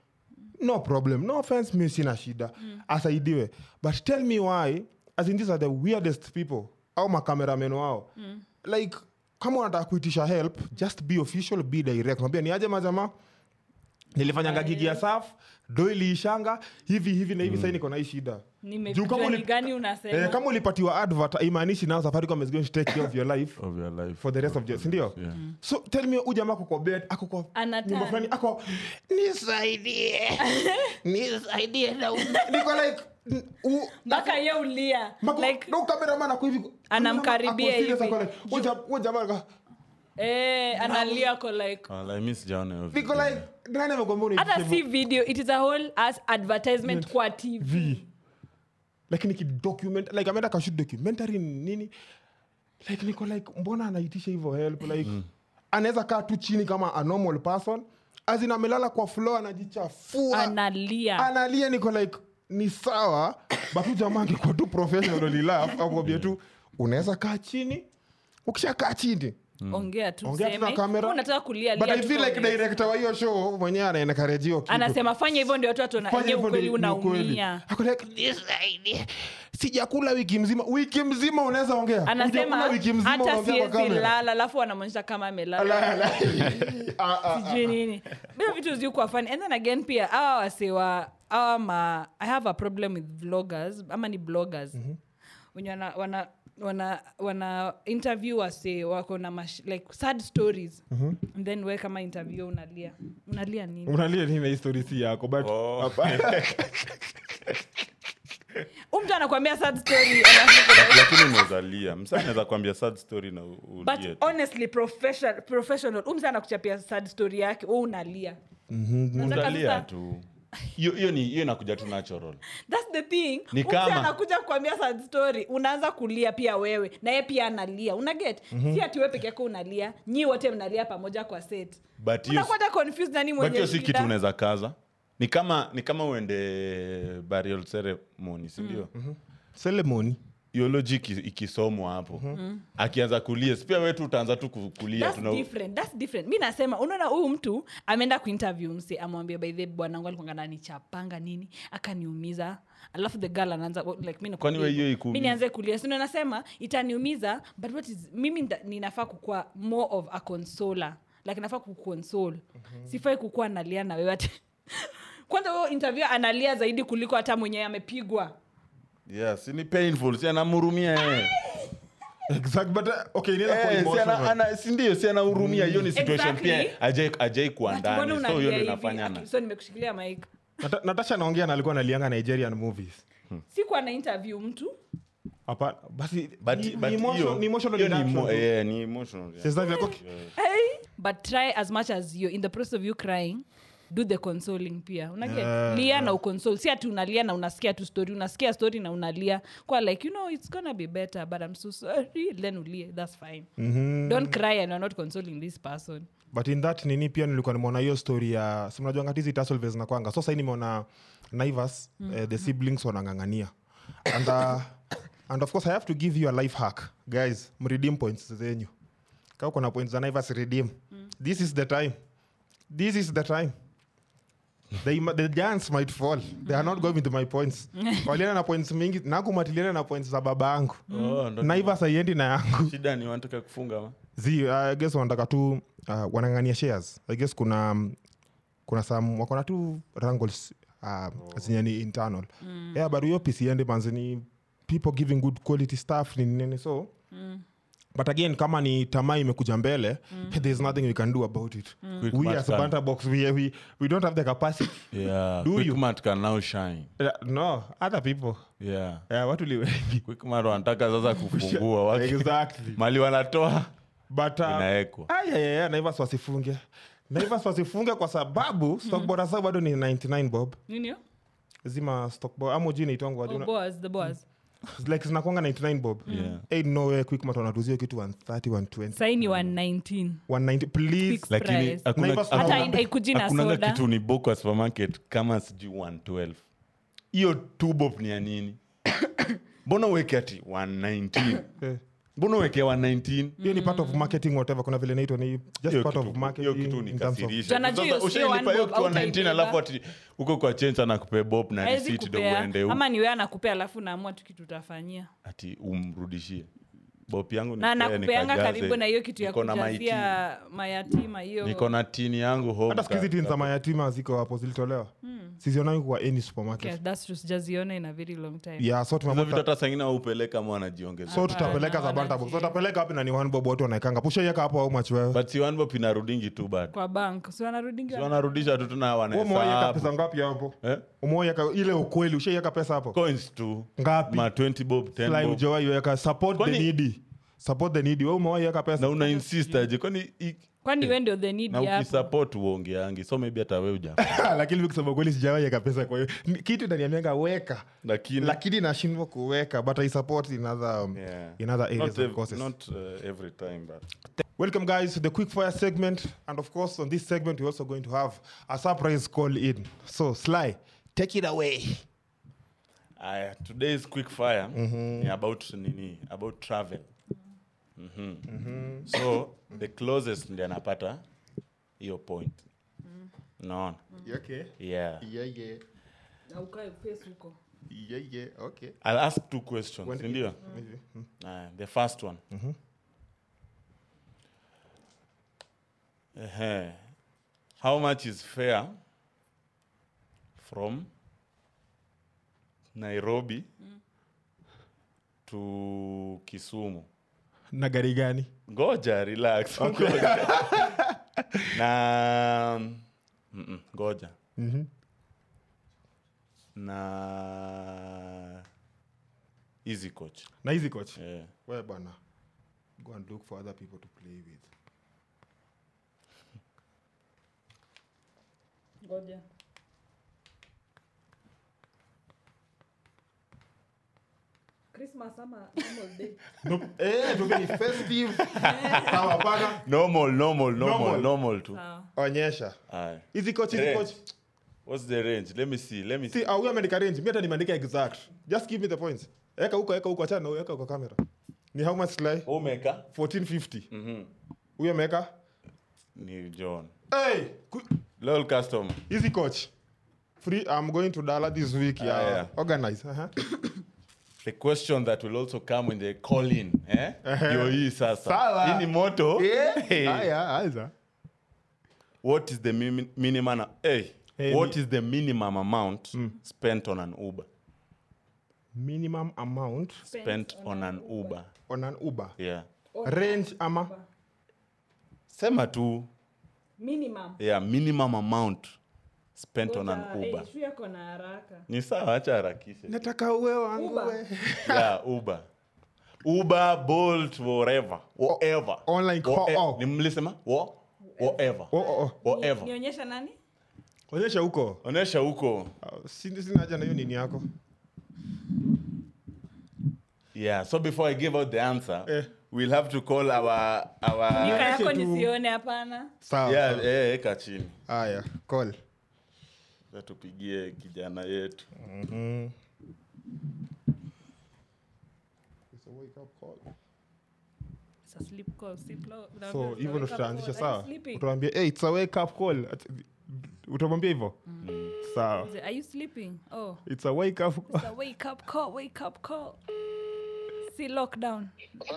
no problem no offense mi sina shida mm. asaidiwe but tell me why as in these are the weirdest people au makameramen wao mm. like kama unataka kuitisha help just be official be direct nambia niaje majama nilifanyanga gigi Eh. ya saf do iliishanga hivi hivi na hivi mm. niko na hii shida Juu kama nimejua ni uli- gani eh, unasema kama ulipatiwa advert imaanishi nao safaricom is going to take care of your life of your life for the rest of your sindio Yeah. Mm. so tell me uja ako kwa bed ako kwa Anataka. nyumba fulani ako nisaidie nisaidie na u- niko like n- u- mpaka ye ulia mako- like na ukameraman ako hivi Anamkaribia Ako serious, hivi. ako like, huyu jam- huyu jamaa ako- eh, analia ko like Oh, like, mi sijaona hiyo niko video. like nani amekwambia hata uniitishe si video it is a whole as advertisement kwa tv v lakini kidocument like ameenda kashoot documentary ni nini like niko like mbona anaitisha hivyo help like anaweza kaa tu chini kama a normal person azin amelala kwa floor anajichafua analia analia niko like ni sawa batu jamaa angekuwa tu professional ulilaf akwambia tu unaweza kaa chini ukisha kaa chini ongea tu Ongea tu useme. na kamera. Kama unataka kulia but lia i tu feel like ongea. director wa hiyo show mwenyewe anaenekarejio anasema fanya hivyo ndio watu watunaenye ukweli unaumia sijakula wiki mzima wiki mzima unaweza ongea anasema Hujakula wiki mzima hata unaongea kwa siwezi kamera. lala alafu wanamwonyesha kama amelala La, la. Ah, ah. sijui nini bila vitu ziukwa fani and then again pia awa wasewa awa ma i have a problem with vloggers ama ni bloggers wenye wana, wana wana wana interview wase wako na mash, like sad stories and then we kama interview unalia unalia nini unalia nini na histori si yako but Oh. Hapana. Huyu mtu anakuambia sad story alafu- lakini unaweza lia msa anaweza kuambia sad story na u- ulie but tu. honestly professional professional huyu mtu anakuchapia sad story yake wewe unalia Unataka utalia sasa- tu hiyo hiyo ni hiyo inakuja tu natural thats the thing Ni Mtu kama- anakuja kukwambia sad story unaanza kulia pia wewe na yeye pia analia unaget Mhm. mm-hmm. si ati wewe peke yako unalia nyii wote mnalia pamoja kwa set but hiyo unakwata confused nani but hiyo mwenye si shida. kitu unaweza kaza ni kama ni kama uende burial ceremony Mm. sindio Mm-hmm. Selemoni. hiyo logic i- ikisomwa hapo Mm-hmm. akianza kulia si pia wetu utaanza tu ku- kulia Mm-hmm. That's tuna different, that's different. mi nasema unaona huyu mtu ameenda kuinterview mse amwambia by the way, bwanangu alikuanga nanichapanga nini akaniumiza alafu the girl anaanza like mi Kwani wewe hiyo ikuumiza? mi nianze kulia sino nasema itaniumiza but what is, mimi nda- ninafaa kukua more of a consoler like nafaa kukonsole Mhm. sifai kukua analia na wewe ati- kwanza huyo interview analia zaidi kuliko hata mwenyewe amepigwa yeah, si ni painful si anamhurumia yeye Exact, but, uh, okay, inaweza kuwa Eh, si emotional. ana- ana- si ndio si anahurumia hiyo ni situation Exactly. pia ajai- ajai kuwa But mbona ndani so unalia hiyo ndio hivi? inafanyana Aki- so nimekushikilia mike Nata- natasha anaongea na alikuwa analianga nigerian movies Hmm. sikuwa na interview mtu Hapana, basi But- ni- ni but emotion- hiyo- ni emotional hiyo ni reaction emo- eh. tu. yeah, ni emotional, yeah. Sasa hivi ako- Hey, but try as much as you in the process of you crying do the consoling pia unaget Yeah. lia na uconsole si ati unalia na unasikia tu story unasikia story na unalia kwa like you know it's gonna be better but i'm so sorry then ulie that's fine Mm. Mhm. don't cry and you're not consoling this person but in that nini pia nilikuwa nimeona hiyo story ya simnajuangatizi tasolves na kwanga so sai nimeona naivas eh, the siblings wanangangania and, uh, and of course i have to give you a life hack guys mredeem points zenyu kaa kuna points za naivas redeem this is the time this is the time They, ma- the giants might fall they are not going with my points walienda na points mingi nakumatiliana na points za baba yangu Hmm? Oh, ndo- naivas aiendi na yangu shida ni wanataka kufunga ma zi uh, I guess wanataka tu uh, wanangania shares I guess kuna um, kuna sam wakona tu wrangles uh, zenye ni internal mm. yeah, but hiyo pcnd manzi ni people giving good quality stuff ni nini so but again kama ni tamaa imekuja mbele mm. thereis nothing we can do about it mm. Quick we match as can. banter box we, we, we don't have the capacity yeah, Do you? Quickmart can now shine Uh, no other people yeah. yeah, watu li wengi Quickmart wanataka sasa kufungua waki- exactly mali wanatoa but uh, inaekwa ayayaya naivas wasifunge naivas wasifunge kwa Mhm. sababu stockbora sao bado ni 99 bob nini yo? zima stockbo amoji naitwangwa oh, Mm. boas, the boas. like zinakwanga 99 bob Yeah. Ain't no way quickmat wanatuzio kitu 130 120 saini Mm. wa 19 190 please Quick- lakini Price. hakuna- Naivas- hakuna- hata haikuji na hakunanga soda kitu ni book kwa supermarket kama sijui 112 hiyo tubop ni ya nini mbona uweke ati 119 Eh, mbona uweke 119 hiyo ni part of Mm. marketing whatever kuna vile naitwa ni just Hiyo part of kitu- hiyo marketing kitu in terms of- nikasirisha. Jana juu Sasa hiyo sio ushailipa one hiyo bob, kitu wa 19 hautaibeba. alafu ati uko kwa chensa na kupe bob na awezi risiti ndo kupea uende u- ama ni wee anakupea alafu naamua tukitu utafanyia ati umrudishie bopi yangu na nipee, nakupeanga eh, nikajaze. karibu na hiyo kitu ya Niko na maiti. kujazia mayatima niko hiyo na tini yangu home hata siku hizi ka- tin za mayatima ziko hapo zilitolewa Mm. sizionangi kwa any supermarket Yeah, that's true. sijaziona in a very long time yeah, so hizo tumemuta- vitu hata sangine aupeleka mwa anajiongeza so tutapeleka za Hapana, banta box wanaje- tutapeleka wapi na ni one bob watu wanaekanga pushaiweka hapo au machi wewe but si wanbop inarudingi tu bado kwa bank si wanarudingi Si wanarudisha tu tuna Wewe umewaiweka wanahesabu pesa ngapi hapo Eh? umewaiweka ile ukweli ushaiweka pesa hapo coins tu ngapi ma 20 bob 10 Slime bob ujawaiweka support the Kwani- needy support the needy wewe umewaiweka na pesa una insist aje kwani i- kwani we ndio the na need hapo ukisupport uongeangi so maybe hata we uja lakini mi kusema kweli sijawaiweka pesa kwa hiyo Ni- kitu ndaniamianga weka lakini lakini nashindwa kuweka but i support in other, um, Yeah. in other not, areas of ev- courses not uh, every time but Welcome, guys, to the quick fire segment. And of course, on this segment, we're also going to have a surprise call in. So, Sly, take it away. Aya, uh, today's quick fire Mm-hmm. ni about nini about travel Mhm. Mm-hmm. so the closest ndi anapata hiyo point Mm-hmm. naona Okay. yeah Yeah, yeah. Na ukae face huko Yeah, yeah. Okay. i'll ask two questions When- sindio Aya, Uh, the first one Ehe. Uh-huh. how much is fair from nairobi to kisumu Na gari gani? ngoja relax ngoja. na mm-mm, ngoja na easy coach Na hizi coach. yeah. Wewe bana. Go and look for other people to play with. ngoja christmas ama normal day Nope. eh, to be festive. Sawa bana. normal normal normal Normal. normal tu sawa Onyesha. Aye. Hizi coach, hizi Range. coach. what's the range let me see let me see See, au ameandika range. Mimi hata nimeandika exact. Just give me the points. Eka huko, eka huko, achana na huyo, eka kwa kamera. Ni how much Sly? omeka 1450 huyo meka ni john hey, ku- lol custom easy coach free i'm going to dala this week yeah, Ah, yeah. yeah. organize uh-huh. the question that will also come in the call in eh? ndio hii sasa Sawa. hii ni moto Hey. Aya, aza. what is the mimi- minimum hey, Mm. Hey, what mi- is the minimum amount spent on an uber minimum amount spent on an uber on an uber yeah range ama sema tu minimum yeah, minimum amount spent on Ngoja, an eh, uber issue yako na haraka ni sawa acha harakishe nataka uwe wangu Uber. we. yeah, uber uber bolt whatever whatever online call oh. Whatever. off. Ni mlisema Wha- whatever Oh, oh, oh. Ni- whatever nionyesha nani onyesha huko onesha huko Ah, sina sina haja na hiyo nini yako yeah so before i give out the answer Eh. we'll have to call our our nika yako Ah. tu. nisione hapana sawa yeah sawa. eh, eka chini haya call Sasa tupigie kijana yetu Mm. It's a sleep call, sleep lo- na- so it's a hivyo ndo wake up tutaanzisha call. Are sawa you sleeping? utamwambia hey, it's a wake up call At- utamwambia hivyo Mm. Mm, sawa Are you sleeping? Oh, it's a wake up it's a wake up call, wake up call. See lockdown. It's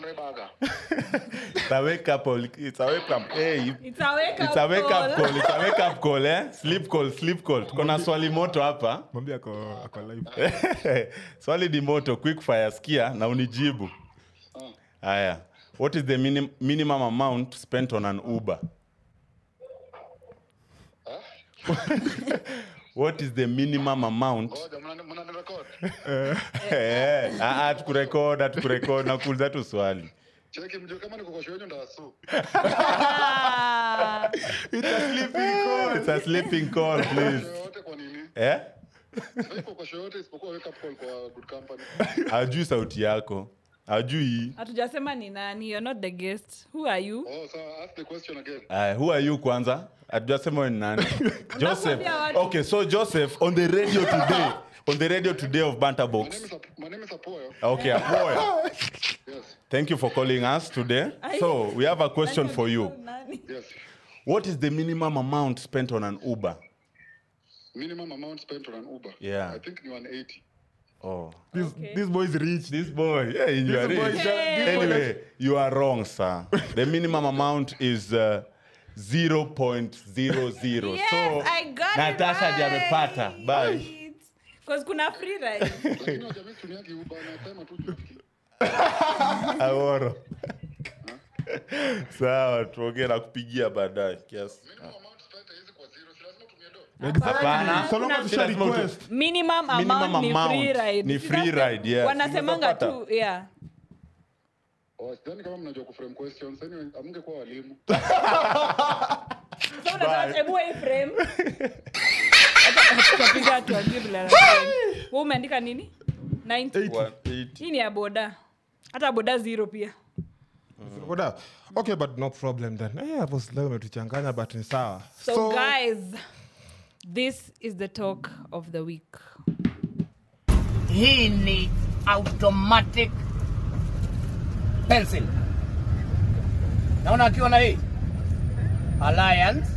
a wake up call. It's a wake up. Hey, It's a wake up it's a wake up call. call. It's a wake up call, eh? Sleep call, sleep call. Tuko na swali moto hapa. mwambia ako, ako live swali ni moto, quick fire skia na unijibu. Haya. What is the minim minimum amount spent on an Uber? What is the minimum amount? Eh, ah, ah, tukurekod, tukurekod, nakuuliza tu swali. Ah, It's a sleeping call. It's a sleeping call, please. Eh? Ajui sauti yako. Ajui. hatujasema ni nani you're not the guest who are you Oh, Uh, who are you Uh, kwanza? Hatujasema wewe ni nani. Joseph. Unakwambia watu. Okay, so Joseph on the radio today. on the radio today of Banta Box. Okay, Apoya. Thank you for calling us today. So, we have a question for you. Nani? What is the minimum amount spent on an Uber? minimum amount spent on an uber Yeah. i think ni 180 oh. This, Okay. this boy is rich. this boy yeah, you This are boy rich. is- Hey. this boy is- anyway you are wrong sir the minimum amount is uh, 0.00 Yes, so I got it natasha right. ndi amepata bye 'Cause kuna free ride. Lakini hajaweka chini yake Uber anasema tu tunafikiri. aworo sawa tuongee na kupigia baadaye kiasi Minimum amount sasa hizi kwa zero, si lazima utumie dola. Hapana. So long as Kuna- you Lazima utu- request. minimum amount Minimum ni amount free ride. ni free Sasa ride, yes. wanasemanga Unapata. tu yeah Oh, sidhani kama mnajua kuframe questions, anyway, hamngekuwa walimu. So unataka- Bye. hebu hii frame. Hata tutapiga watu wa jibu la rasmi. Wewe umeandika nini 90 180. hii ni ya boda hata boda zero pia Boda. okay but no problem then Eh, hapo sila umetuchanganya but ni sawa so, guys this is the talk of the week he needs automatic pencil. Naona akiwa na hii Alliance,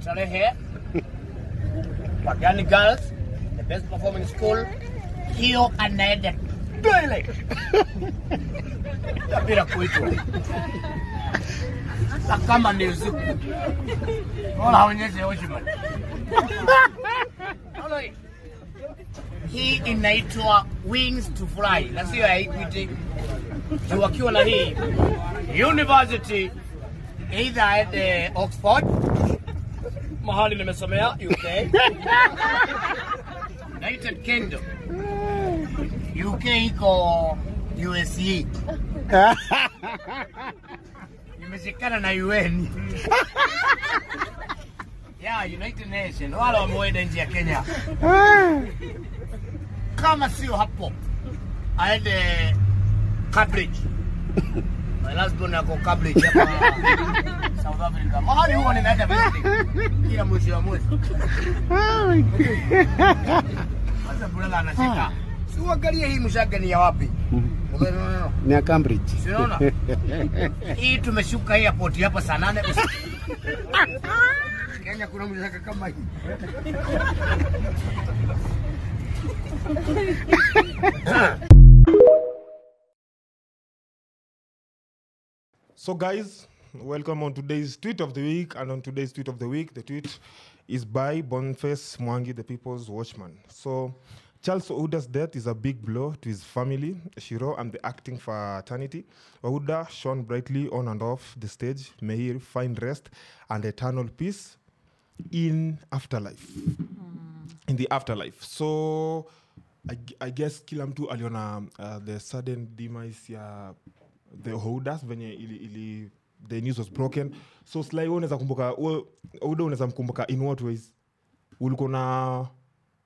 Starehe, Pagani Girls, the best performing school, hiyo anaenda toilet tabira kuitwa na kama ni usiku wala haonyeshe heshima. Naona hii? hii inaitwa wings to fly na siyo ya equity juu wakiwa na hii university either aende oxford mahali nimesomea uk united kingdom uk iko use imeshikana na un yeah, united nation wala wameenda nji ya kenya kama sio hapo aende Cambridge. My last born ako Cambridge hapa South Africa. Mahali huwa ninaenda vipi? Kila mwezi wa mwezi. Oh Sasa Bulala anacheka. Si uangalie hii mshaga ni ya wapi? Umeona? Mm-hmm. ni ya Cambridge. Si unaona? Hii tumeshuka hii airport hapa saa nane usiku. Kenya kuna mshaga kama hii. So, guys, welcome on today's tweet of the week. And on today's tweet of the week, the tweet is by Boniface Mwangi, the People's Watchman. So, Charles Ouda's death is a big blow to his family, Shiro, and the acting fraternity. Ouda shone brightly on and off the stage. May he find rest and eternal peace in afterlife. in the afterlife so i, g- I guess kila mtu aliona uh, the sudden demise ya the holders venye ili, ili the news was broken so sly wewe unaweza kumbuka wewe- Ouda unaweza mkumbuka in what ways ulikuwa na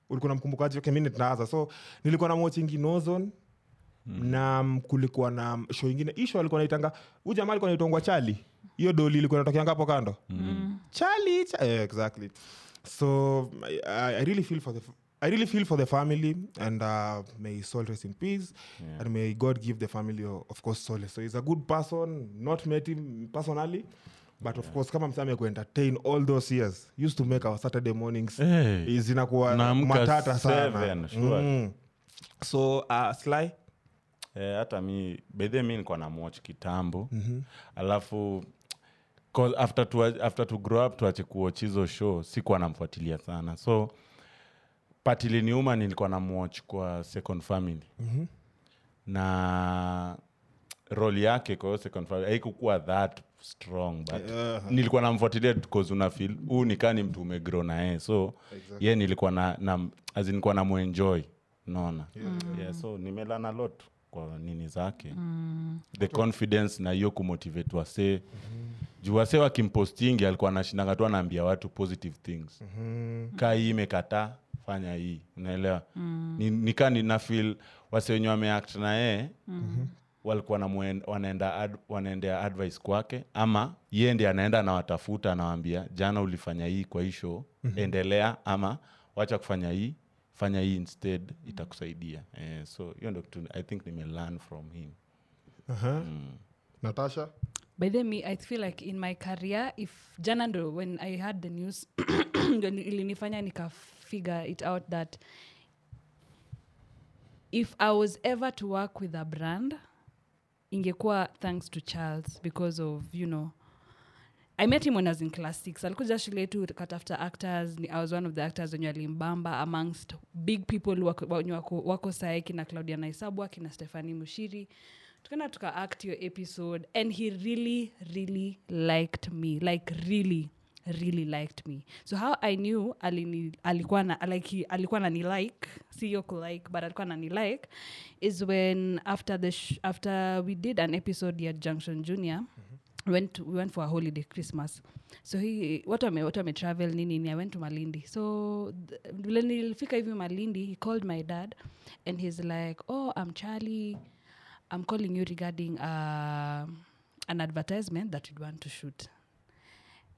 ulikuwa namkumbukaje okay, mimi nitaanza so nilikuwa na watching in ozone na mm, kulikuwa na show ingine isho alikuwa naitanga huyu jamaa alikuwa naitongwa chali hiyo doli ilikuwa inatokea ngapo kando Charlie, Cha- yeah, exactly. So I, I- I really feel for the. f- I really feel for the family, and uh, may his soul rest in peace, and may God give the family, o- of course, solace. So he's a good person. Not met him personally, but of course, kama msame ku entertain all those years used to make our Saturday mornings Hey. is inakuwa Naamka matata sana. Eh, seven, sure. Mm. So uh, Sly, Eh, hata mi bedhe mi nikuwa na mwach kitambo alafu 'cause after tu, after tu grow up tuache kuwatch hizo show sikuwa namfuatilia sana so patiliniuma nilikuwa na mwach kwa second family na roli yake kwa hiyo second family haikukuwa that strong but nilikuwa namfuatilia because una feel huu ni kaa ni mtu umegrow na yeye so exactly. ye nilikuwa na, na as in nilikuwa namwenjoy naona yeah. yeah, so nimelana lot kwa nini zake mm. the confidence na hiyo kumotivate wasee mm-hmm. juu wasee wakimpostingi alikuwa anashindanga tu anaambia watu positive things mm-hmm. kaa hii imekataa fanya hii unaelewa mm. nikaa ni ninafil wase wenye wameact na yeye mm-hmm walikuwa namuen- wanaenda ad, wanaendea advice kwake ama yeye ndi anaenda anawatafuta anawambia jana ulifanya hii kwa hii show mm-hmm. endelea ama wacha kufanya hii fanya hii instead itakusaidia eh, so hiyo ndo kitu i think nimelearn from him Natasha, by the me i feel like in my career if jana ndo when i had the news ndo ni- ilinifanya nika figure it out that if i was ever to work with a brand ingekuwa thanks to charles because of you know i met him when i was in class six alikuja shule yetu katafuta actors Ni- i was one of the actors wenye walimbamba amongst big people wako- wenye wako, wako sae kina claudia naisabwa kina stephani mushiri tukana tuka act your episode and he really really liked me like really really liked me so how i knew alini, alikuwa na like he- alikuwa nani like siyo kulike but alikuwa nani like is when after the sh- after we did an episode ya junction junior went to, we went for a holiday christmas so he watu wame watu wame travel nini ni i went to malindi so th- vile nilifika hivi malindi he called my dad and he's like oh i'm charlie i'm calling you regarding uh, an advertisement that we'd want to shoot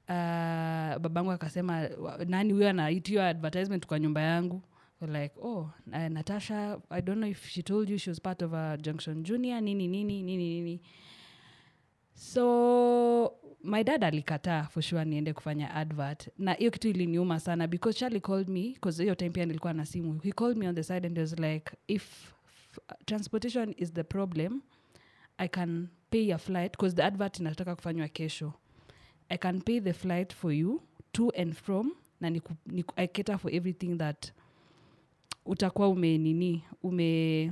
uh, babangu akasema "Wa- nani huyo anaitiyo advertisement kwa nyumba yangu We're like oh na- natasha i don't know if she told you she was part of a junction junior nini nini nini nini so my dad alikataa for sure niende kufanya advert na hiyo kitu iliniuma sana because charlie called me bcause hiyo time pia nilikuwa na simu he called me on the side and he was like if f- transportation is the problem i can pay your flight because the advert inataka kufanywa kesho i can pay the flight for you to and from na niku, niku, i cater for everything that utakuwa umenini ume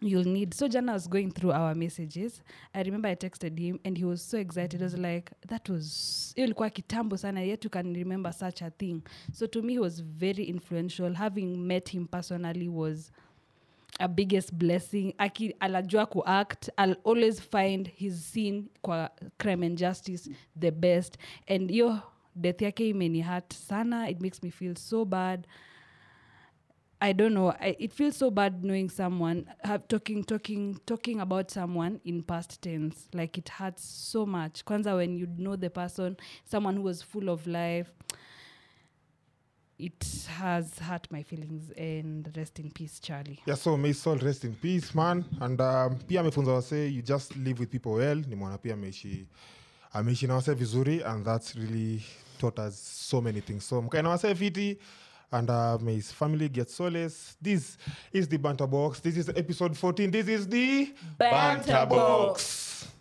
you'll need so jana was going through our messages i remember i texted him and he was so excited i was like that was hiyo ilikuwa kitambo sana yet you can remember such a thing so to me he was very influential having met him personally was a biggest blessing aki anajua kuact i'll always find his scene kwa crime and justice the best and hiyo death yake imeni hat sana it makes me feel so bad I don't know. I, it feels so bad knowing someone, have, talking, talking, talking about someone in past tense. Like it hurts so much. Kwanza when you know the person, someone who was full of life. It has hurt my feelings. And rest in peace, Charlie. yeah, so may Saul rest in peace man and um, pia amefunza wasee you just live with people well ni mwana pia ameishi ameishi na wasee vizuri and that's really taught us so many things so mkae na wasee fiti and uh, may his family get solace this is the banter box this is episode 14 this is the Banter Box. box.